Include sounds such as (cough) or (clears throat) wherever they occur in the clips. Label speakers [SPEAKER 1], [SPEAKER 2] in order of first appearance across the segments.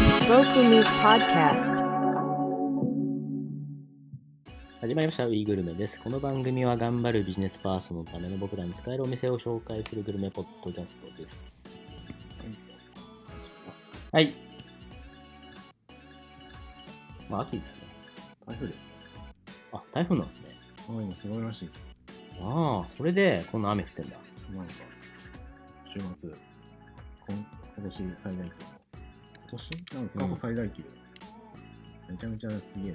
[SPEAKER 1] News Podcast
[SPEAKER 2] 始まりました、ウィーグルメです。この番組は頑張るビジネスパーソンのための僕らに使えるお店を紹介するグルメポッドキャストです。はい。まあ、秋ですね。
[SPEAKER 3] 台風ですね。
[SPEAKER 2] あ、台風なんですね。
[SPEAKER 3] ああ、今すごいらしいです。
[SPEAKER 2] ああ、それでこんな雨降ってんだ。
[SPEAKER 3] なんか、週末、こん今年最大級の。今年なんか過去最大級、めちゃめちゃすげえ台風来る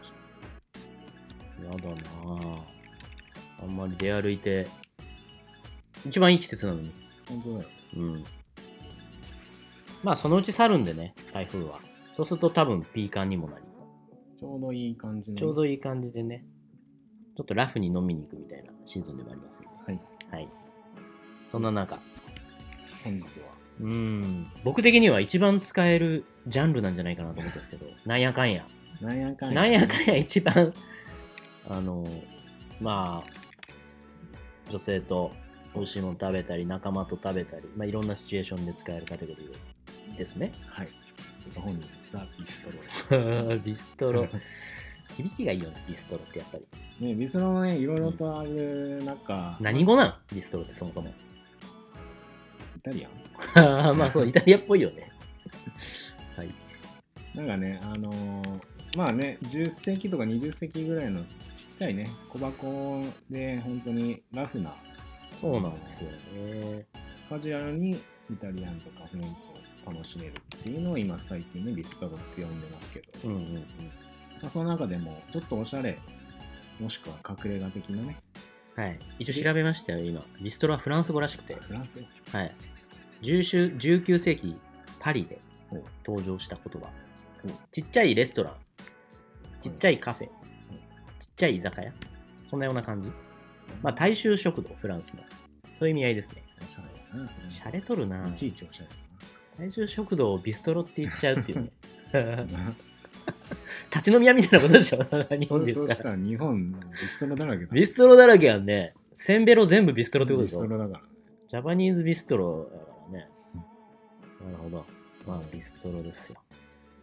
[SPEAKER 3] らしいです。
[SPEAKER 2] やだなあ。あんまり出歩いて、一番いい季節なのに。
[SPEAKER 3] 本当だよ。
[SPEAKER 2] うん。まあ、そのうち去るんでね、台風は。そうすると多分ピーカンにもなり。
[SPEAKER 3] ちょうどいい感じの。
[SPEAKER 2] ちょうどいい感じでね、ちょっとラフに飲みに行くみたいなシーズンでもありますね。
[SPEAKER 3] はい。
[SPEAKER 2] はい。そんな中、
[SPEAKER 3] 本日は。
[SPEAKER 2] うーん、僕的には一番使えるジャンルなんじゃないかなと思ったんですけ
[SPEAKER 3] (laughs)
[SPEAKER 2] ど、なんやかんや。
[SPEAKER 3] なんやかんや。
[SPEAKER 2] なんやかんや一番、あの、まあ、女性と美味しいもの食べたり、仲間と食べたり、まあ、いろんなシチュエーションで使えるカテゴリーですね。
[SPEAKER 3] はい。本日、ザ・ビストロです。
[SPEAKER 2] (laughs) ビストロ。響きがいいよね、ビストロってやっぱり。
[SPEAKER 3] ねビストロもね、いろいろとある中、
[SPEAKER 2] 何語なんビストロってそもそも。
[SPEAKER 3] イタリアン
[SPEAKER 2] あ (laughs) ーまあ (laughs) そう、イタリアっぽいよね。はい。
[SPEAKER 3] なんかね、あのーまあね、10世紀とか20世紀ぐらいのちっちゃいね、小箱で、本当にラフな、
[SPEAKER 2] そうなんですよね。
[SPEAKER 3] カジュアルにイタリアンとかフレンチを楽しめるっていうのを今最近ね、ビストロって呼んでますけど、
[SPEAKER 2] うんうんうん。
[SPEAKER 3] まあ、その中でも、ちょっとおしゃれ、もしくは隠れ家的なね、
[SPEAKER 2] はい。一応調べましたよ、今。ビストロはフランス語らしくて。
[SPEAKER 3] フランス
[SPEAKER 2] はい。19 19世紀、パリで
[SPEAKER 3] お
[SPEAKER 2] 登場した言葉
[SPEAKER 3] お。
[SPEAKER 2] ちっちゃいレストラン、ちっちゃいカフェ、ちっちゃい居酒屋。そんなような感じ。まあ、大衆食堂、フランスの。そういう意味合いですね。
[SPEAKER 3] おしゃれだな。
[SPEAKER 2] シャレとるない
[SPEAKER 3] ちいちおしゃれ
[SPEAKER 2] 大衆食堂をビストロって言っちゃうっていうね (laughs)
[SPEAKER 3] だ。な。
[SPEAKER 2] 立ち飲み屋みたいなことでしょ日
[SPEAKER 3] そ
[SPEAKER 2] 本で
[SPEAKER 3] れ
[SPEAKER 2] す
[SPEAKER 3] そう
[SPEAKER 2] から
[SPEAKER 3] したら日本、ビストロだらけだ。
[SPEAKER 2] ビストロだらけやんね。せんべろ全部ビストロってことでし
[SPEAKER 3] ビスト
[SPEAKER 2] ょ
[SPEAKER 3] ロだから。
[SPEAKER 2] ジャパニーズビストロだからね。なるほど。まあ、ビストロですよ。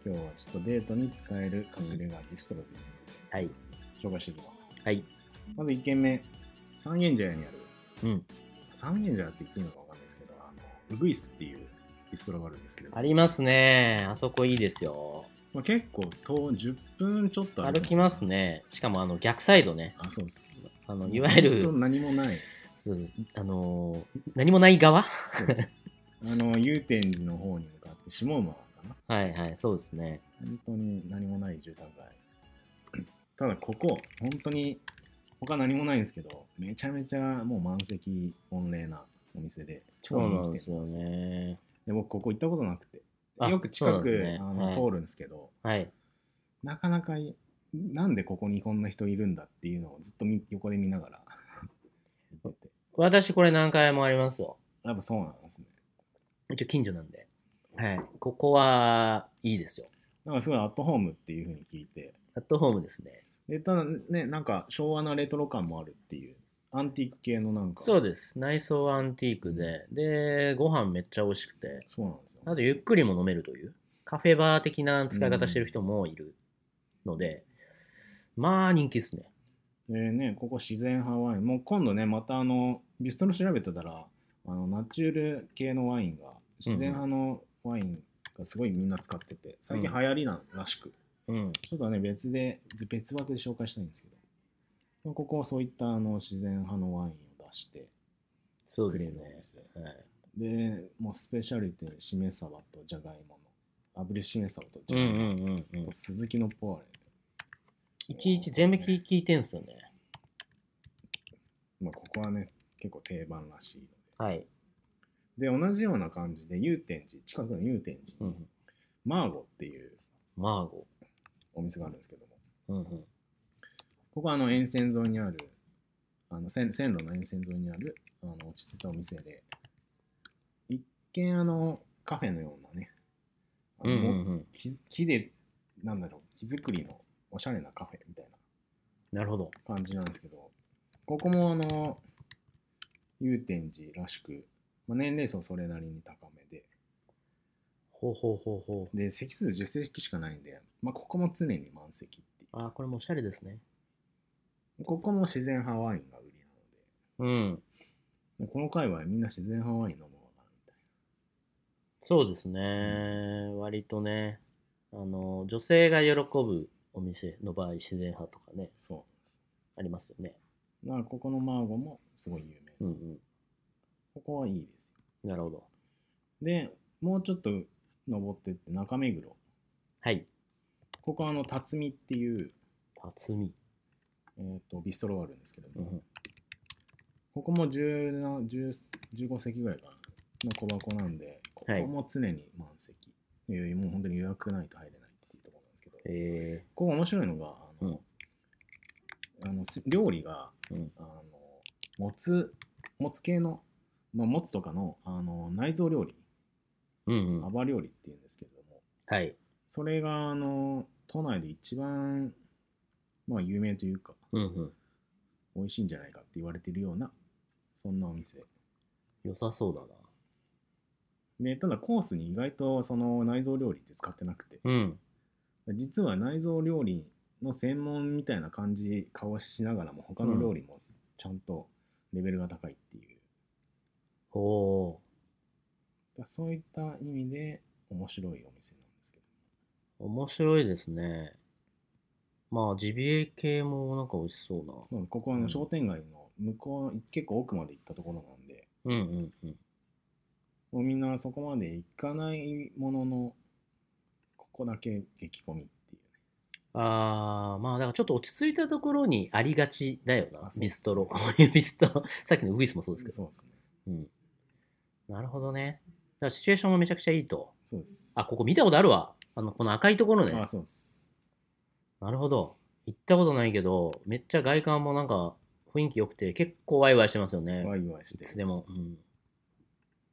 [SPEAKER 3] 今日はちょっとデートに使える隠れ家ビストロということで。
[SPEAKER 2] はい。
[SPEAKER 3] 紹介していきます。
[SPEAKER 2] はい。
[SPEAKER 3] まず1軒目、三軒茶屋にある、
[SPEAKER 2] うん。
[SPEAKER 3] 三軒茶屋って言っていいのかわかんないですけど、あの、ウグイスっていうビストロがあるんですけれど、
[SPEAKER 2] ありますね。あそこいいですよ。
[SPEAKER 3] まあ、結構遠、10分ちょっと
[SPEAKER 2] 歩きます。ね。しかも、あの、逆サイドね。
[SPEAKER 3] あ、そうです。
[SPEAKER 2] あの、いわゆ
[SPEAKER 3] 本当
[SPEAKER 2] る、
[SPEAKER 3] 何もない。
[SPEAKER 2] そうあのー、何もない側
[SPEAKER 3] そうですあの、祐天寺の方に向かって、下馬かな。
[SPEAKER 2] はいはい、そうですね。
[SPEAKER 3] 本当に何もない住宅街。ただ、ここ、本当に、他何もないんですけど、めちゃめちゃもう満席、御礼なお店で、
[SPEAKER 2] そ
[SPEAKER 3] 超
[SPEAKER 2] う
[SPEAKER 3] 人気
[SPEAKER 2] なん
[SPEAKER 3] 店
[SPEAKER 2] ですよ。ね。
[SPEAKER 3] で僕、ここ行ったことなくて。
[SPEAKER 2] あ
[SPEAKER 3] よく
[SPEAKER 2] そうなん
[SPEAKER 3] 近く、
[SPEAKER 2] ですね
[SPEAKER 3] あの
[SPEAKER 2] はい
[SPEAKER 3] 通るんですけど、
[SPEAKER 2] はい。
[SPEAKER 3] なかなかいなんでここにこんな人いるんだっていうのをずっとみ横で見ながら (laughs) 行ってて
[SPEAKER 2] 私、これ何回もありますよ。
[SPEAKER 3] やっぱそうなんですね
[SPEAKER 2] 一応、近所なんで。はい。ここは、いいですよ。
[SPEAKER 3] だからすごいアットホームっていうふうに聞いて
[SPEAKER 2] アットホームですね。
[SPEAKER 3] でただねなんか昭和なレトロ感もあるっていうアンティーク系のなんか
[SPEAKER 2] そうです。内装はアンティークで、で、ご飯めっちゃ美味しくて、
[SPEAKER 3] そうなんですよ
[SPEAKER 2] あとゆっくりも飲めるという、カフェバー的な使い方してる人もいるので、まあ人気ですね。
[SPEAKER 3] でねここ自然派ワインもう今度ねまたあのビストロ調べてたらあのナチュール系のワインが自然派のワインがすごいみんな使ってて最近流行りならしく、
[SPEAKER 2] うん。
[SPEAKER 3] ちょっとね、別で、別枠で紹介したいんですけど、まあここはそういったあの自然派のワインを出して
[SPEAKER 2] そう
[SPEAKER 3] く
[SPEAKER 2] で
[SPEAKER 3] れ
[SPEAKER 2] す
[SPEAKER 3] る
[SPEAKER 2] ね
[SPEAKER 3] ん。ですよ。
[SPEAKER 2] はい、
[SPEAKER 3] で、もうスペシャリティ、しめ鯖とじゃがいもの、炙りしめ鯖とじ
[SPEAKER 2] う
[SPEAKER 3] ゃ
[SPEAKER 2] ん
[SPEAKER 3] が
[SPEAKER 2] う
[SPEAKER 3] い
[SPEAKER 2] ん
[SPEAKER 3] も、
[SPEAKER 2] うんうん
[SPEAKER 3] と。鈴木のポワレ。
[SPEAKER 2] いちいち全部聞聞いてんすよね。
[SPEAKER 3] まあ、ここはね、結構定番らしい
[SPEAKER 2] はい。
[SPEAKER 3] ので。で、同じような感じで、祐天寺、近くの祐天
[SPEAKER 2] う
[SPEAKER 3] 寺に、
[SPEAKER 2] ん、
[SPEAKER 3] マーゴっていう
[SPEAKER 2] マーゴ。
[SPEAKER 3] お店があるんですけども、
[SPEAKER 2] うんうん。
[SPEAKER 3] ここはあの沿線沿いにある、あの線線路の沿線沿いにあるあの落ち着いたお店で、一見あのカフェのようなね、あ
[SPEAKER 2] う
[SPEAKER 3] の
[SPEAKER 2] んうんうん。
[SPEAKER 3] 木木で、なんだろう、木造りのおしゃれなカフェみたい
[SPEAKER 2] なるほど。
[SPEAKER 3] な感じなんですけど、ここもあの、祐天寺らしく、まあ、年齢層それなりに高めで、
[SPEAKER 2] ほうほうほうほう。
[SPEAKER 3] で、席数10席しかないんで、まあ、ここも常に満席ってい
[SPEAKER 2] あーこれもおしゃれですね。
[SPEAKER 3] う。ここも自然派ワインが売りなので、
[SPEAKER 2] うん。
[SPEAKER 3] もうこの界隈みんな自然派ワイン飲むわな、みたい
[SPEAKER 2] そうですね。割とね、あの、女性が喜ぶお店の場合、自然派とかね、
[SPEAKER 3] な。そ
[SPEAKER 2] ありますよね。
[SPEAKER 3] う。だからここのマーゴもすごい有名。
[SPEAKER 2] うん
[SPEAKER 3] ここはいいですよ。
[SPEAKER 2] うん。なるほど。
[SPEAKER 3] で、もうちょっと登ってって中目黒。
[SPEAKER 2] はい。
[SPEAKER 3] ここはあの、辰巳っていう、
[SPEAKER 2] 辰巳。
[SPEAKER 3] えー、とビストロがあるんですけども、
[SPEAKER 2] うんうん
[SPEAKER 3] ここも17 10 15席ぐらいかなの小箱なんで、ここ
[SPEAKER 2] はい
[SPEAKER 3] も常に満席。いやもう本当に予約ないと入れないっていうところなんですけど、こ
[SPEAKER 2] え
[SPEAKER 3] こ面白いのが、あの、あのす料理が、
[SPEAKER 2] うん
[SPEAKER 3] あのもつ、もつ系の、まあ、もつとかのあの内臓料理、
[SPEAKER 2] ー。うんうん。
[SPEAKER 3] 泡料理っていうんですけれども、
[SPEAKER 2] はい。
[SPEAKER 3] それが、あの、都内で一番、まあ、有名というか、
[SPEAKER 2] うんうん。
[SPEAKER 3] 美味しいんじゃないかって言われてるような、そんなお店。
[SPEAKER 2] 良さそうだ
[SPEAKER 3] で、ただコースに意外とその内臓料理って使ってなくて、
[SPEAKER 2] な。うん。
[SPEAKER 3] 実は内臓料理の専門みたいな感じ、顔しながらも、他の料理もちゃんとレベルが高いっていう、
[SPEAKER 2] ほう。
[SPEAKER 3] だそういった意味で面白いお店なんですけど。
[SPEAKER 2] 面白いですね。まあ、ジビエ系もなんか美味しそうな。
[SPEAKER 3] まあここはあ
[SPEAKER 2] う
[SPEAKER 3] の
[SPEAKER 2] ん
[SPEAKER 3] 商店街の向こう、結構奥まで行ったところなんで、
[SPEAKER 2] うんうんうん。
[SPEAKER 3] もうみんなそこまで行かないものの、ここだけ激混みっていう。
[SPEAKER 2] ああ、まあ、だからちょっと落ち着いたところにありがちだよ
[SPEAKER 3] あそう
[SPEAKER 2] な
[SPEAKER 3] で、す
[SPEAKER 2] ビストロ。こういうビストロ。さっきのウイスもそうですけど。
[SPEAKER 3] そうですね。
[SPEAKER 2] うん。なるほどね。だからシチュエーションもめちゃくちゃいいと。
[SPEAKER 3] そうです。
[SPEAKER 2] あ、ここ見たことあるわ。あの、この赤いところね。
[SPEAKER 3] あ、そうです。
[SPEAKER 2] なるほど。行ったことないけど、めっちゃ外観もなんか雰囲気良くて、結構ワイワイしてますよね。
[SPEAKER 3] ワイワイし
[SPEAKER 2] い
[SPEAKER 3] て。
[SPEAKER 2] つでも。うん。
[SPEAKER 3] っ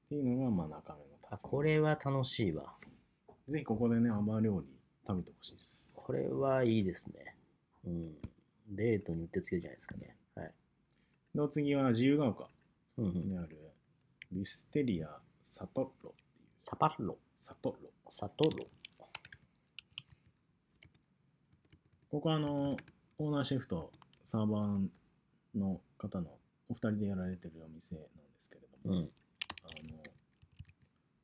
[SPEAKER 3] ていうのが、まあ、中目の辰巳
[SPEAKER 2] あ、これは楽しいわ。
[SPEAKER 3] ぜひここでね、アバ料理食べてほしいです。
[SPEAKER 2] これはいいですね。うん。デートにうってつけじゃないですかね。はい。
[SPEAKER 3] で、お次は自由が丘
[SPEAKER 2] うんうん、
[SPEAKER 3] にある、ビステリアサトロっていう、
[SPEAKER 2] サパロ、
[SPEAKER 3] サトロ。
[SPEAKER 2] サトロ。
[SPEAKER 3] ここはあの、オーナーシェフとサーバーの方のお二人でやられてるお店なんですけれど
[SPEAKER 2] う
[SPEAKER 3] も、
[SPEAKER 2] ん。
[SPEAKER 3] あの、ま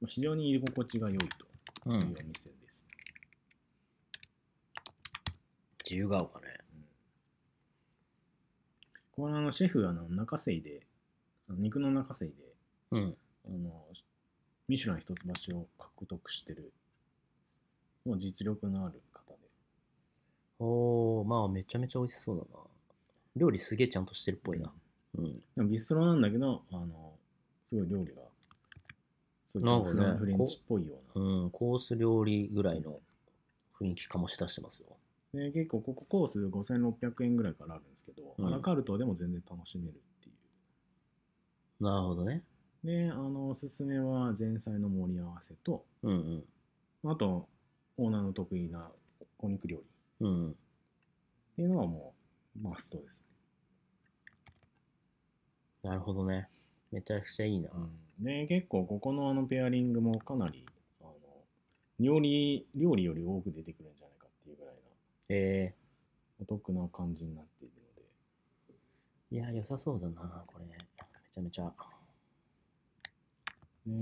[SPEAKER 3] あ非常に居心地が良いと
[SPEAKER 2] う。
[SPEAKER 3] いうんお店です。
[SPEAKER 2] 自由が丘ね。
[SPEAKER 3] うんこれあの、シェフはあの、中瀬で、あの肉の中瀬で、
[SPEAKER 2] うん。
[SPEAKER 3] あの、ミシュラン一つ星を獲得してる、もう実力のある方で。
[SPEAKER 2] おー、まあめちゃめちゃ美味しそうだな。料理すげえちゃんとしてるっぽいな。うん。
[SPEAKER 3] でもビストロなんだけど、あの、すごい料理が、すごいフラ
[SPEAKER 2] なんか
[SPEAKER 3] ン
[SPEAKER 2] ね
[SPEAKER 3] フレンチっぽいような。
[SPEAKER 2] うん、コース料理ぐらいの雰囲気醸し出してますよ。
[SPEAKER 3] で結構ここコース5600円ぐらいからあるんですけど、
[SPEAKER 2] うん
[SPEAKER 3] アラカルトでも全然楽しめるってい
[SPEAKER 2] なるほどね。
[SPEAKER 3] う。で、あの、おすすめは前菜の盛り合わせと、
[SPEAKER 2] うん
[SPEAKER 3] あと、オーナーの得意なお肉料理っ
[SPEAKER 2] うん。うん。
[SPEAKER 3] ていうのはもう、マストですね。
[SPEAKER 2] なるほどね。めちゃくちゃいいな。
[SPEAKER 3] で結構ここのあのペアリングもかなりあの料理料理より多く出てくるんじゃないかっていうぐらいな
[SPEAKER 2] え
[SPEAKER 3] お得な感じになっているので
[SPEAKER 2] ー、いや、良さそうだな、これ。めちゃめちゃ。
[SPEAKER 3] ね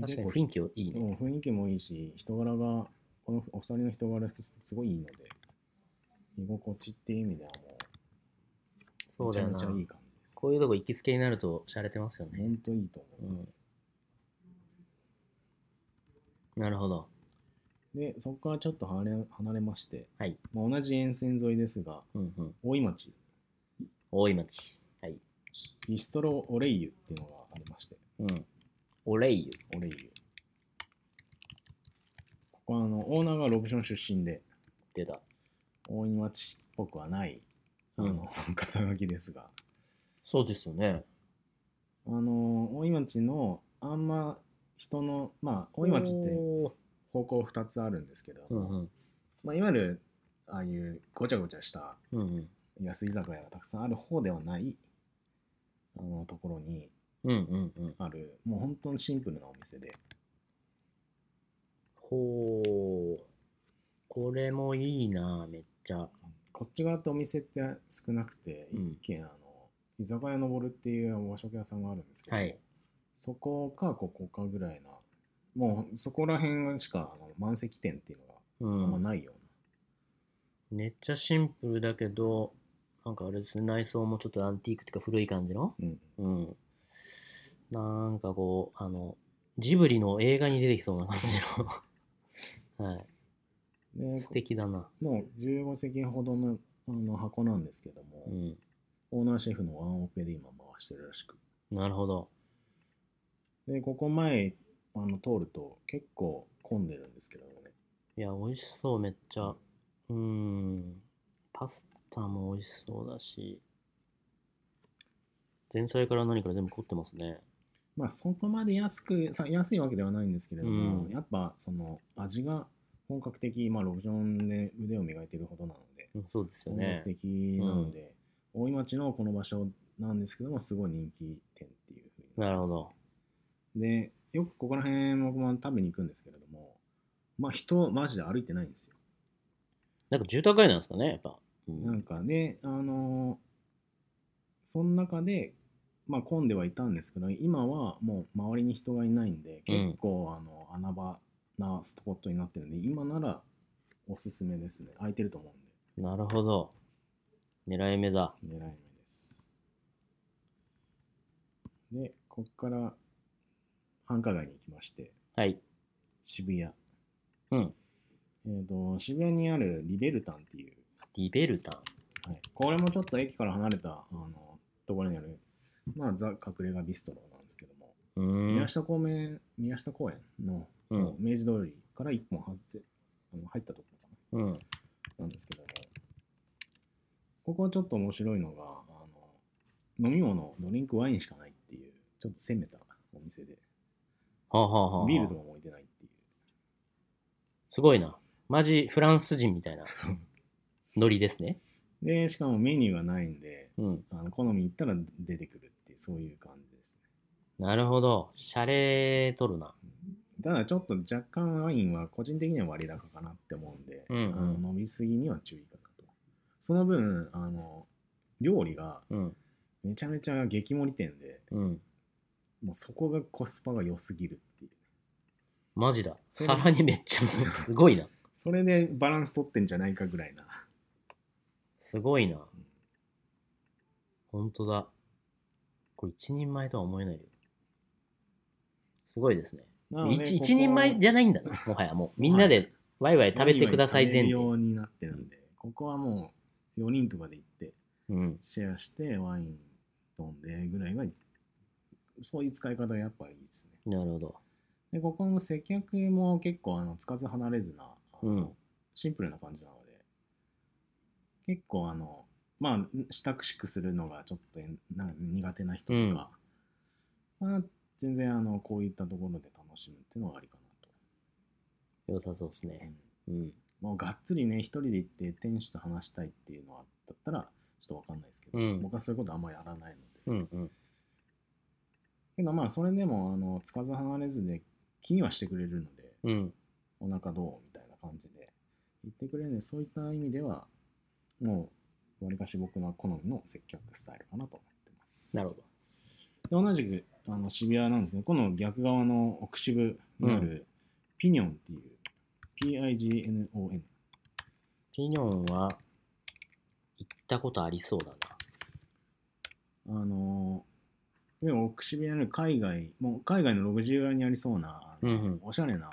[SPEAKER 2] 確かに
[SPEAKER 3] 結構
[SPEAKER 2] 雰囲気いいね。
[SPEAKER 3] うん雰囲気もいいし人柄がこのお二人の人柄すごいいいので居心地っていう意味では
[SPEAKER 2] そ
[SPEAKER 3] もう
[SPEAKER 2] う
[SPEAKER 3] めち
[SPEAKER 2] だ
[SPEAKER 3] ゃ
[SPEAKER 2] よ
[SPEAKER 3] め
[SPEAKER 2] な
[SPEAKER 3] ちゃ。いい感じです
[SPEAKER 2] こういうとこ行きつけになると洒落てますよね。
[SPEAKER 3] 本当いいと思います、
[SPEAKER 2] なるほど。
[SPEAKER 3] でそこからちょっと離れ離れまして、
[SPEAKER 2] はい
[SPEAKER 3] まあ、同じ沿線沿いですが
[SPEAKER 2] うんうん。
[SPEAKER 3] 大井町
[SPEAKER 2] 大井町。はい。
[SPEAKER 3] ビストロオレイユっていうのがありまして
[SPEAKER 2] うん。オレイユ。
[SPEAKER 3] オレイユ。ここはあの、オーナーがロブション出身で、
[SPEAKER 2] 出た。
[SPEAKER 3] 大井町っぽくはない、あの、肩書きですが、
[SPEAKER 2] そうですよね。
[SPEAKER 3] あの、大井町の、あんま人の、まあ、大井町って
[SPEAKER 2] お
[SPEAKER 3] 方向2つあるんですけど、
[SPEAKER 2] ーうんうん。
[SPEAKER 3] まあ、いわゆる、ああいうごちゃごちゃした
[SPEAKER 2] うん
[SPEAKER 3] 安居酒屋がたくさんある方ではない、あの、ところに
[SPEAKER 2] うん。うんうんうん。
[SPEAKER 3] ある、もう本当にシンプルなお店で、
[SPEAKER 2] ほそれもいいな、めっちゃ。
[SPEAKER 3] こっち側ってお店って少なくて、
[SPEAKER 2] うん
[SPEAKER 3] 一軒あの居酒屋のぼるっていう和食屋さんがあるんですけど、
[SPEAKER 2] はい
[SPEAKER 3] そこかここかぐらいなもうそこら辺しかあの満席店っていうのが
[SPEAKER 2] う
[SPEAKER 3] あんま
[SPEAKER 2] ん。
[SPEAKER 3] ないよ
[SPEAKER 2] めっちゃシンプルだけど、なんかあれですね、内装もちょっとアンティークというか古い感じの。
[SPEAKER 3] うな、うん
[SPEAKER 2] うん。なんかこう、あの、ジブリの映画に出てきそうな感じの。 (laughs) はい。
[SPEAKER 3] で
[SPEAKER 2] 素敵だな。
[SPEAKER 3] もう15席ほどのあの箱なんですけども、
[SPEAKER 2] うん。
[SPEAKER 3] オーナーシェフのワンオペで今回してるらしく
[SPEAKER 2] なるほど。
[SPEAKER 3] でここ前あの通ると結構混んでるんですけどもね
[SPEAKER 2] いや、美味しそう、めっちゃ。うーん。パスタも美味しそうだし。前菜から何から全部凝ってますね。
[SPEAKER 3] まあそこまで安くさ安いわけではないんですけれども、
[SPEAKER 2] うん
[SPEAKER 3] やっぱその味が本格的まあロブジョンで腕を磨いてるほどなので
[SPEAKER 2] うんそうですよ
[SPEAKER 3] 本
[SPEAKER 2] ね
[SPEAKER 3] 格。的なので、大井町のこの場所なんですけどもすごい人気店っていうふうに
[SPEAKER 2] なるほど。
[SPEAKER 3] でよくここら辺僕も食べに行くんですけれどもまあ人マジで歩いてないんですよ
[SPEAKER 2] なんか住宅街なんですかね、やっぱ。うん
[SPEAKER 3] なんかね、あのーその中で、まあ、混んではいたんですけど、今はもう周りに人がいないんで、
[SPEAKER 2] うん
[SPEAKER 3] 結構、あの穴場なスポットになってるんで、今ならおすすめですね。空いてると思
[SPEAKER 2] なるほど。狙い目だ。
[SPEAKER 3] うんで、狙い目です。で、ここから繁華街に行きまして、
[SPEAKER 2] はい。
[SPEAKER 3] 渋谷。
[SPEAKER 2] うん。
[SPEAKER 3] えっ、と、渋谷にあるリベルタンっていう、
[SPEAKER 2] リベルタン。
[SPEAKER 3] はい、これもちょっと駅から離れたあのところにある、まあ、ザ・隠れ家ビストロなんですけども、
[SPEAKER 2] うー
[SPEAKER 3] 宮
[SPEAKER 2] ん。
[SPEAKER 3] 下公園宮下公園の、
[SPEAKER 2] うん
[SPEAKER 3] 明治通りから一本外ってあの入ったところか
[SPEAKER 2] うん。
[SPEAKER 3] ななんですけどもここはちょっと面白いのがあの飲み物ドリンクワインしかないっていうちょっと攻めたお店で
[SPEAKER 2] はあ、はあはあはあ、
[SPEAKER 3] ビールとかも置いてないっていう
[SPEAKER 2] すごいな。マジフランス人みたいな
[SPEAKER 3] う (laughs)
[SPEAKER 2] ノリですね。
[SPEAKER 3] でしかもメニューがないんで
[SPEAKER 2] うん。
[SPEAKER 3] あの好み行ったら出てくるっていうそういう感じですね
[SPEAKER 2] なるほど。シャレとるな。
[SPEAKER 3] ただちょっと若干ワインは個人的には割高かなって思うんで、
[SPEAKER 2] うんうん
[SPEAKER 3] あの飲みすぎには注意かなと。その分、あの料理が
[SPEAKER 2] うん。
[SPEAKER 3] めちゃめちゃ激盛り店で、
[SPEAKER 2] うん。
[SPEAKER 3] もうそこがコスパが良すぎるっていう。
[SPEAKER 2] マジだ。
[SPEAKER 3] それ
[SPEAKER 2] 皿にめっちゃもう、すごいな。
[SPEAKER 3] それでバランス取ってんじゃないかぐらいな。
[SPEAKER 2] すごいな。ほんとだ。これ一人前とは思えないよ。すごいですね。
[SPEAKER 3] なので
[SPEAKER 2] 一
[SPEAKER 3] ここ
[SPEAKER 2] 一人前じゃないんだ
[SPEAKER 3] (laughs)
[SPEAKER 2] な。もはやもう。みんなでワイワイ食べてください前
[SPEAKER 3] ワ
[SPEAKER 2] 提。
[SPEAKER 3] インは食べるようになってるんで、ここはもう4人とかで行って、
[SPEAKER 2] うん。
[SPEAKER 3] シェアしてワイン飲んでぐらいが、そういう使い方がやっぱいいですね。
[SPEAKER 2] なるほど。
[SPEAKER 3] でここの接客も結構あのつかず離れずな、あの
[SPEAKER 2] うん
[SPEAKER 3] シンプルな感じなので結構あのまあ親しくするのがちょっとえんなんか苦手な人とか、まあ、全然あのこういったところで楽しむっていうのはありかな
[SPEAKER 2] 良さそうです
[SPEAKER 3] と、
[SPEAKER 2] ね。うん。
[SPEAKER 3] もうがっつりね一人で行って店主と話したいっていうのはだったらちょっとわかんないですけど、
[SPEAKER 2] うん
[SPEAKER 3] 僕はそういうことあんまりやらないので、
[SPEAKER 2] うんうん。
[SPEAKER 3] けどまあそれでもあのつかず離れずで気にはしてくれるので
[SPEAKER 2] うん。
[SPEAKER 3] お腹どうみたいな感じで言ってくれるんで、そういった意味では、もう、わりかし僕の好みの接客スタイルかなと思ってます。
[SPEAKER 2] なるほど。
[SPEAKER 3] で同じくあの渋谷なんですね、この逆側の奥渋にある、ピニョンっていう、PIGNON。
[SPEAKER 2] ピニョンは、行ったことありそうだな。
[SPEAKER 3] あのー、でも奥渋谷の海外、もう海外の60街にありそうな、あの
[SPEAKER 2] うんうん
[SPEAKER 3] おしゃれな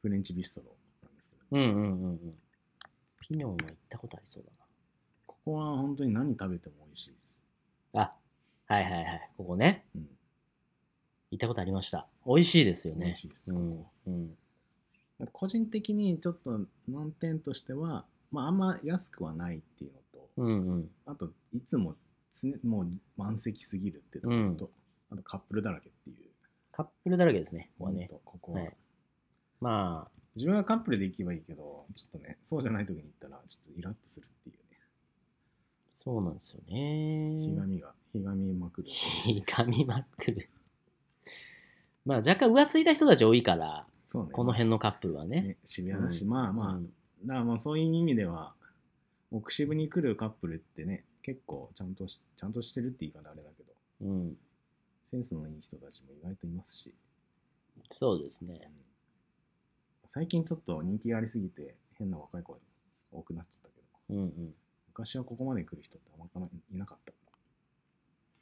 [SPEAKER 3] フレンチビストロなんですけど、
[SPEAKER 2] うんうんうんうん。ピニョンは行ったことありそうだ
[SPEAKER 3] ここは本当に何食べても美味しいです。
[SPEAKER 2] な。あ、はいはいはい。ここね。
[SPEAKER 3] うん
[SPEAKER 2] 行ったことありました。美味しいですよね。
[SPEAKER 3] 美味しいです
[SPEAKER 2] う
[SPEAKER 3] こ
[SPEAKER 2] ん。うん。
[SPEAKER 3] 個人的にちょっと難点としては、まあ、あんま安くはないっていうのと、
[SPEAKER 2] うんうん。
[SPEAKER 3] あといつもつねもう満席すぎるっていうところと、あとカップルだらけっていう
[SPEAKER 2] カップルだらけですね。ここはね
[SPEAKER 3] ほ。んとここは、
[SPEAKER 2] はいまあ、
[SPEAKER 3] 自分はカップルで行けばいいけどちょっとねそうじゃない時に行ったらちょっとイラッとするっていうね
[SPEAKER 2] そうなんですよ
[SPEAKER 3] ひ
[SPEAKER 2] ね。
[SPEAKER 3] がみがひがみまく
[SPEAKER 2] (laughs)
[SPEAKER 3] る
[SPEAKER 2] ひがみまくる。まあ、若干浮ついた人たち多いから、
[SPEAKER 3] そうね
[SPEAKER 2] この辺のカップルはね。
[SPEAKER 3] ね渋谷だし、まあまあ、
[SPEAKER 2] うん
[SPEAKER 3] だからまあそういう意味では、奥渋に来るカップルってね、結構ちゃんとし、ちゃんとしてるって言い方あれだけど、
[SPEAKER 2] うん。
[SPEAKER 3] センスのいい人たちも意外といますし、
[SPEAKER 2] そうです
[SPEAKER 3] う
[SPEAKER 2] ね
[SPEAKER 3] ん。最近ちょっと人気ありすぎて、変な若い子が多くなっちゃったけど、
[SPEAKER 2] うん
[SPEAKER 3] 昔はここまで来る人ってあんまかないなかったか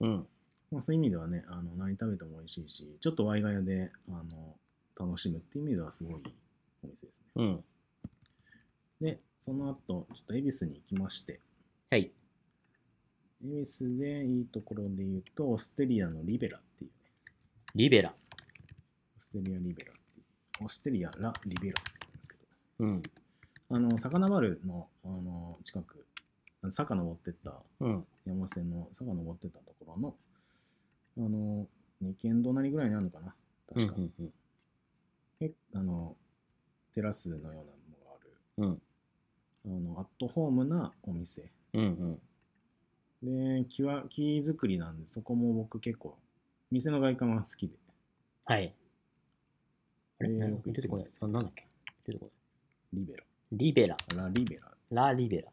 [SPEAKER 3] ら。
[SPEAKER 2] うん。うん。
[SPEAKER 3] まあ、そういう意味ではね、あの何食べても美味しいし、ちょっとワイガヤであの楽しむっていう意味ではすごいお店です
[SPEAKER 2] うん。
[SPEAKER 3] ね。で、その後、ちょっと恵比寿に行きまして、
[SPEAKER 2] はい。
[SPEAKER 3] 恵比寿でいいところで言うと、オステリアのリベラっていうね、
[SPEAKER 2] リベラ。
[SPEAKER 3] オステリアリベラっていう、オステリアラ・リベラなんですけど、
[SPEAKER 2] うん。
[SPEAKER 3] あの、魚丸のあの近く、あの坂登ってった、
[SPEAKER 2] うん。
[SPEAKER 3] 山手線の坂登ってったところの、あの、2軒隣ぐらいにあるのかな、
[SPEAKER 2] うん。う
[SPEAKER 3] 確か。
[SPEAKER 2] ん。うん
[SPEAKER 3] えあのテラスのようなものがある
[SPEAKER 2] うん。
[SPEAKER 3] あのアットホームなお店
[SPEAKER 2] うん。
[SPEAKER 3] で木は木作りなんでそこも僕結構店の外観は好きで
[SPEAKER 2] はい。あれ
[SPEAKER 3] えー
[SPEAKER 2] なんか出てこない。あなんだっけ出てこ
[SPEAKER 3] リベ
[SPEAKER 2] ない。リベラ。
[SPEAKER 3] ララ・リベラ
[SPEAKER 2] ラ・リベラ。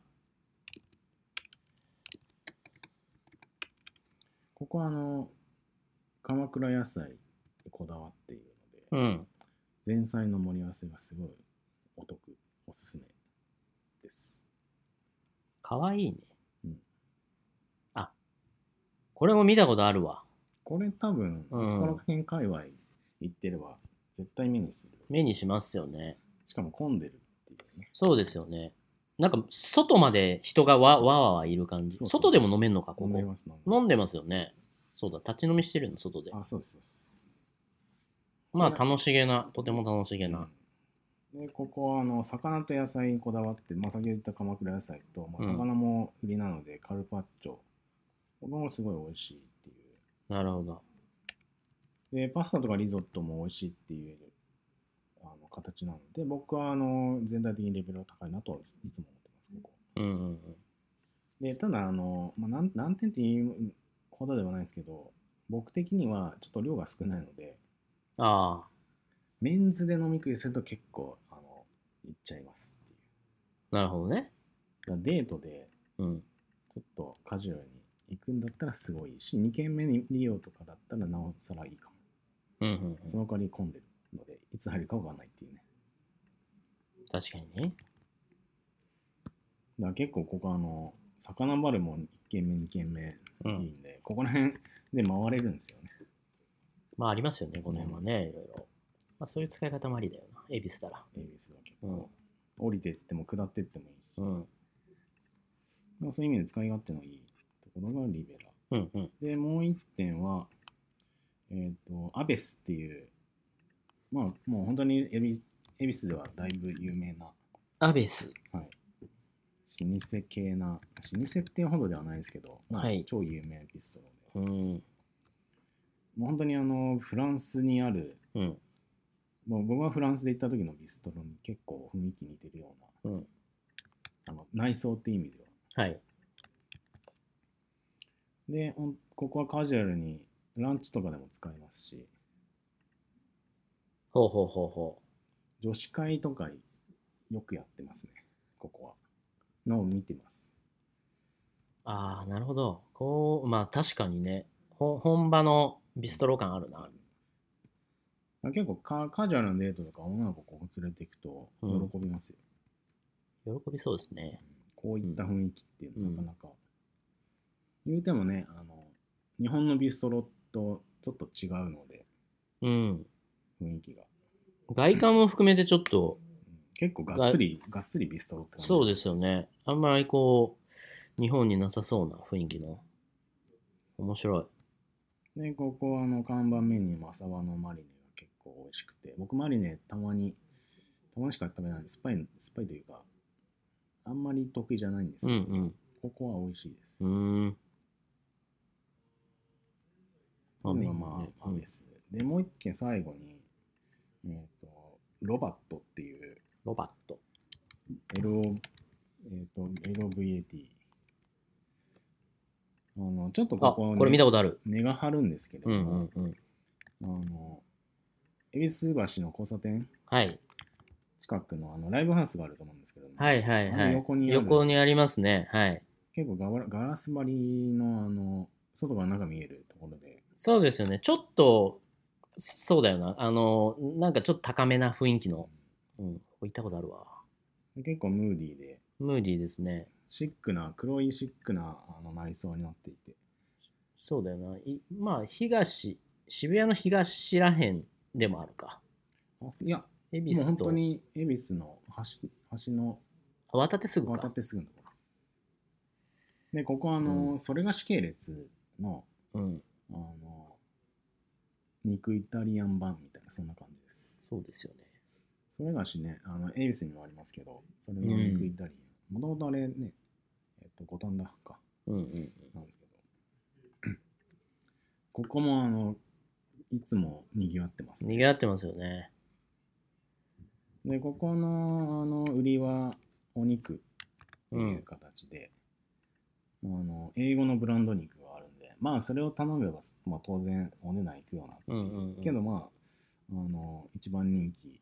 [SPEAKER 3] ここはあの鎌倉野菜にこだわっているので、
[SPEAKER 2] ん。
[SPEAKER 3] 前菜の盛り合わせがすごいお得おすすめです
[SPEAKER 2] かわいいね。
[SPEAKER 3] うん
[SPEAKER 2] あ、これも見たことあるわ。
[SPEAKER 3] これ多分
[SPEAKER 2] うん
[SPEAKER 3] スコロ県界隈行ってれば絶対目にする
[SPEAKER 2] 目にしますよね。
[SPEAKER 3] しかも混んでるっていうね
[SPEAKER 2] そうですよね。なんか、外まで人がわ、わわわいる感じ。
[SPEAKER 3] そうそう
[SPEAKER 2] 外でも飲めんのか、こ
[SPEAKER 3] 飲んで
[SPEAKER 2] こ。
[SPEAKER 3] ます飲んでます
[SPEAKER 2] 飲んでますよね。そうだ、立ち飲みしてるの、外で。
[SPEAKER 3] あそうですそうです
[SPEAKER 2] まあ、楽しげな、とても楽しげな。
[SPEAKER 3] でここはあの魚と野菜にこだわって、まあ、先ほど言った鎌倉野菜と、まあ、
[SPEAKER 2] うん
[SPEAKER 3] 魚も売りなので、カルパッチョこれもすごい美味しいってい
[SPEAKER 2] なるほど。
[SPEAKER 3] うでパスタとかリゾットも美味しいっていうあの形なので僕はあの全体的にレベルが高いなといつも思ってますここ
[SPEAKER 2] うんうんうん。
[SPEAKER 3] でただあの、まあ、なん難点っていうほどではないですけど僕的にはちょっと量が少ないので
[SPEAKER 2] ああ、
[SPEAKER 3] メンズで飲み食いすると結構あのいっちゃいますっていう
[SPEAKER 2] なるほどね。
[SPEAKER 3] だからデートで
[SPEAKER 2] うん。
[SPEAKER 3] ちょっとカジュアルに行くんだったらすごいいいし、2軒目に利用とかだったらなおさらいいか
[SPEAKER 2] う
[SPEAKER 3] も。
[SPEAKER 2] んうんう
[SPEAKER 3] そ
[SPEAKER 2] ん。
[SPEAKER 3] の代わり混んでるので、いつ入るかわかんないっていうね。
[SPEAKER 2] 確かにね。
[SPEAKER 3] だから結構ここあの、魚丸も1軒目、2軒目
[SPEAKER 2] う
[SPEAKER 3] いい
[SPEAKER 2] ん。
[SPEAKER 3] んで、ここら辺で回れるんですよね。
[SPEAKER 2] まあ、ありますよね、この辺はね、いろいろ。まあ、そういう使い方もありだよな。恵比寿だら。
[SPEAKER 3] エビスは結
[SPEAKER 2] う
[SPEAKER 3] 構。降りてっても下ってってもいいし、
[SPEAKER 2] ん。うん。
[SPEAKER 3] まあそういう意味で使い勝手のいいところがリベ
[SPEAKER 2] う
[SPEAKER 3] ラ。
[SPEAKER 2] んうん。
[SPEAKER 3] で、もう1点は、えっ、と、アベスっていう、まあもう本当にエビエビスではだいぶ有名な
[SPEAKER 2] アベス。
[SPEAKER 3] はい。老舗系な、老舗っていうほどではないですけど、まあ
[SPEAKER 2] はい
[SPEAKER 3] 超有名ビストロで、
[SPEAKER 2] うん。
[SPEAKER 3] もう本当にあの、フランスにある、
[SPEAKER 2] うん。
[SPEAKER 3] もう僕はフランスで行った時のビストロに結構雰囲気似てるような、
[SPEAKER 2] うん
[SPEAKER 3] あの内装っていう意味では。
[SPEAKER 2] はい。
[SPEAKER 3] で、ほんここはカジュアルにランチとかでも使えますし、
[SPEAKER 2] ほうほうほうほ
[SPEAKER 3] 女子会とかよくやってますね、ここは。のを見てます。
[SPEAKER 2] う。ああ、なるほど。こう、まあ確かにね、ほ本場のビストロ感あるな。
[SPEAKER 3] あ結構カカジュアルなデートとか女の子ここ連れていくと
[SPEAKER 2] うん
[SPEAKER 3] 喜びますよ。
[SPEAKER 2] 喜びそうですね。
[SPEAKER 3] こういった雰囲気っていうの
[SPEAKER 2] うん
[SPEAKER 3] はなかなか、言うてもねあの日本のビストロとちょっと違うので
[SPEAKER 2] うん。
[SPEAKER 3] 雰囲気が、
[SPEAKER 2] 外観も含めてちょっと、
[SPEAKER 3] うん結構がっつりがっつりビストロって感じ
[SPEAKER 2] そうですよね。あんまりこう、日本になさそうな雰囲気の。面白い。
[SPEAKER 3] でここはあの看板メニューもサバのマリネが結構美味しくて僕マリネたまにたまにしか食べないんでスパイスパイというかあんまり得意じゃないんですけ
[SPEAKER 2] う
[SPEAKER 3] ど、
[SPEAKER 2] ん
[SPEAKER 3] ここは美味しいです、
[SPEAKER 2] うん。うーん。
[SPEAKER 3] 今
[SPEAKER 2] メニュー
[SPEAKER 3] ま
[SPEAKER 2] ね
[SPEAKER 3] あ、アベス。で、もう一軒最後に、えっ、と、ロバットっていう、
[SPEAKER 2] ロバット。
[SPEAKER 3] LO、えっ、と、LOVAT。あの、ちょっと
[SPEAKER 2] あ、
[SPEAKER 3] ここ
[SPEAKER 2] こ
[SPEAKER 3] ね
[SPEAKER 2] れ見たことある。
[SPEAKER 3] 根が張るんですけれど
[SPEAKER 2] うんう
[SPEAKER 3] も
[SPEAKER 2] ん、うん。
[SPEAKER 3] あの、恵比寿橋の交差点
[SPEAKER 2] はい。
[SPEAKER 3] 近くのあのライブハウスがあると思うんですけども、
[SPEAKER 2] はいはい
[SPEAKER 3] あ
[SPEAKER 2] は
[SPEAKER 3] の
[SPEAKER 2] い。
[SPEAKER 3] 横にある
[SPEAKER 2] 横にありますね。はい。
[SPEAKER 3] 結構ガラガラス張りのあの外から中見えるところで、
[SPEAKER 2] そうですよね。ちょっと、そうだよな。あの、なんかちょっと高めな雰囲気の。うん。行ったことあるわ。
[SPEAKER 3] 結構ムーディーで
[SPEAKER 2] ムーディーですね。
[SPEAKER 3] シックな黒いシックなあの内装になっていて
[SPEAKER 2] そうだよな。いまあ、東、渋谷の東らへんでもあるか。
[SPEAKER 3] あいや
[SPEAKER 2] 恵比
[SPEAKER 3] もう
[SPEAKER 2] 寿
[SPEAKER 3] 本当
[SPEAKER 2] と、
[SPEAKER 3] に恵比寿の橋橋の
[SPEAKER 2] あ渡ってすぐ
[SPEAKER 3] 渡
[SPEAKER 2] か
[SPEAKER 3] っ。てすぐのところでここはあの、
[SPEAKER 2] うん
[SPEAKER 3] それが死系列の
[SPEAKER 2] うん。
[SPEAKER 3] あの肉イタリアン版みたいなそんな感じです
[SPEAKER 2] そうですよね。
[SPEAKER 3] それがしね、あの、エビスにもありますけど、それの肉イタリアン。もともとあれね、えっと、五反田か、
[SPEAKER 2] うんうん
[SPEAKER 3] なんですけど。 (clears throat) ここも、あの、いつも賑わってます、
[SPEAKER 2] うん。賑わってますよね。
[SPEAKER 3] で、ここの、あの、売りは、お肉っていう形で、あの、英語のブランド肉があるんで、まあ、それを頼めば、まあ、当然、お値段いくような。
[SPEAKER 2] うんうん、うん。
[SPEAKER 3] けど、まあ、あの、一番人気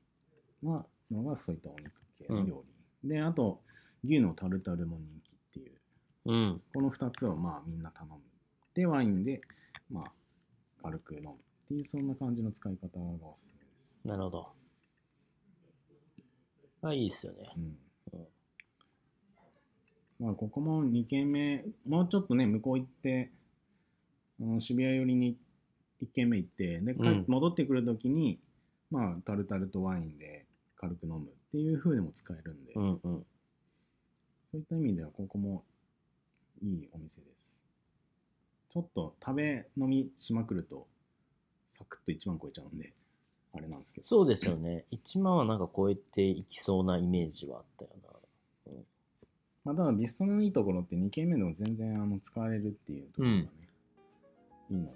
[SPEAKER 3] なのが、そういったお肉系の料理。で、あと、牛のタルタルも人気っていう、
[SPEAKER 2] うん。
[SPEAKER 3] この2つをまあみんな頼む。で、ワインで、まあ、軽く飲むっていう、そんな感じの使い方がおすすめです。
[SPEAKER 2] なるほど。あ、いいっすよね。
[SPEAKER 3] うん
[SPEAKER 2] うん。
[SPEAKER 3] まあ、ここも2軒目、もうちょっとね、向こう行って、あの渋谷寄りに1軒目行って、で、帰っ
[SPEAKER 2] うん
[SPEAKER 3] 戻ってくるときに、まあ、タルタルとワインで軽く飲むっていう風でも使えるんで、
[SPEAKER 2] うんうん。
[SPEAKER 3] そういった意味ではここもいいお店です。ちょっと食べ飲みしまくるとサクッと1万超えちゃうんで、あれなんですけど。
[SPEAKER 2] そうですよね。1万はなんか超えていきそうなイメージはあったよ
[SPEAKER 3] まあ、ただビストロのいいところって2軒目でも全然あの使えるっていうところがね、いいので、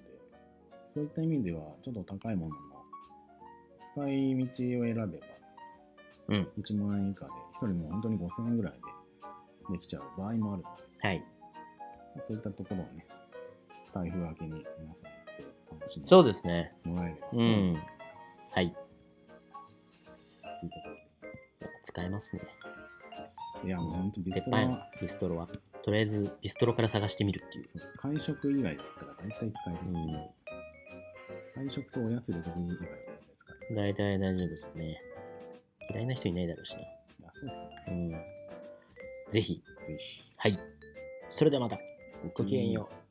[SPEAKER 3] そういった意味ではちょっと高いものも使い道を選べば
[SPEAKER 2] な。うん。
[SPEAKER 3] 1万円以下で、1人もう本当に5000円ぐらいでできちゃう場合もあるので
[SPEAKER 2] はい。
[SPEAKER 3] そういったところをね、台風明けに皆さん行って楽しんで
[SPEAKER 2] そうですね。
[SPEAKER 3] もらえればと
[SPEAKER 2] う
[SPEAKER 3] い
[SPEAKER 2] ん。
[SPEAKER 3] う
[SPEAKER 2] はい。
[SPEAKER 3] ところで
[SPEAKER 2] やっぱ使えますね。
[SPEAKER 3] いや、もう本当ビ
[SPEAKER 2] 鉄
[SPEAKER 3] スト
[SPEAKER 2] 板
[SPEAKER 3] ロ
[SPEAKER 2] や
[SPEAKER 3] は
[SPEAKER 2] な、ビストロは。とりあえず、ビストロから探してみるっていう。
[SPEAKER 3] 会食以外だったら大体使える。
[SPEAKER 2] う
[SPEAKER 3] 会食とおやつで5分以外は大体使える。
[SPEAKER 2] ん。大体大丈夫ですね。嫌いな人いないだろうし
[SPEAKER 3] いや、そうです
[SPEAKER 2] な。うん。ぜひ。
[SPEAKER 3] ね。ぜひ。
[SPEAKER 2] はい。それではまた。ごきげんよう。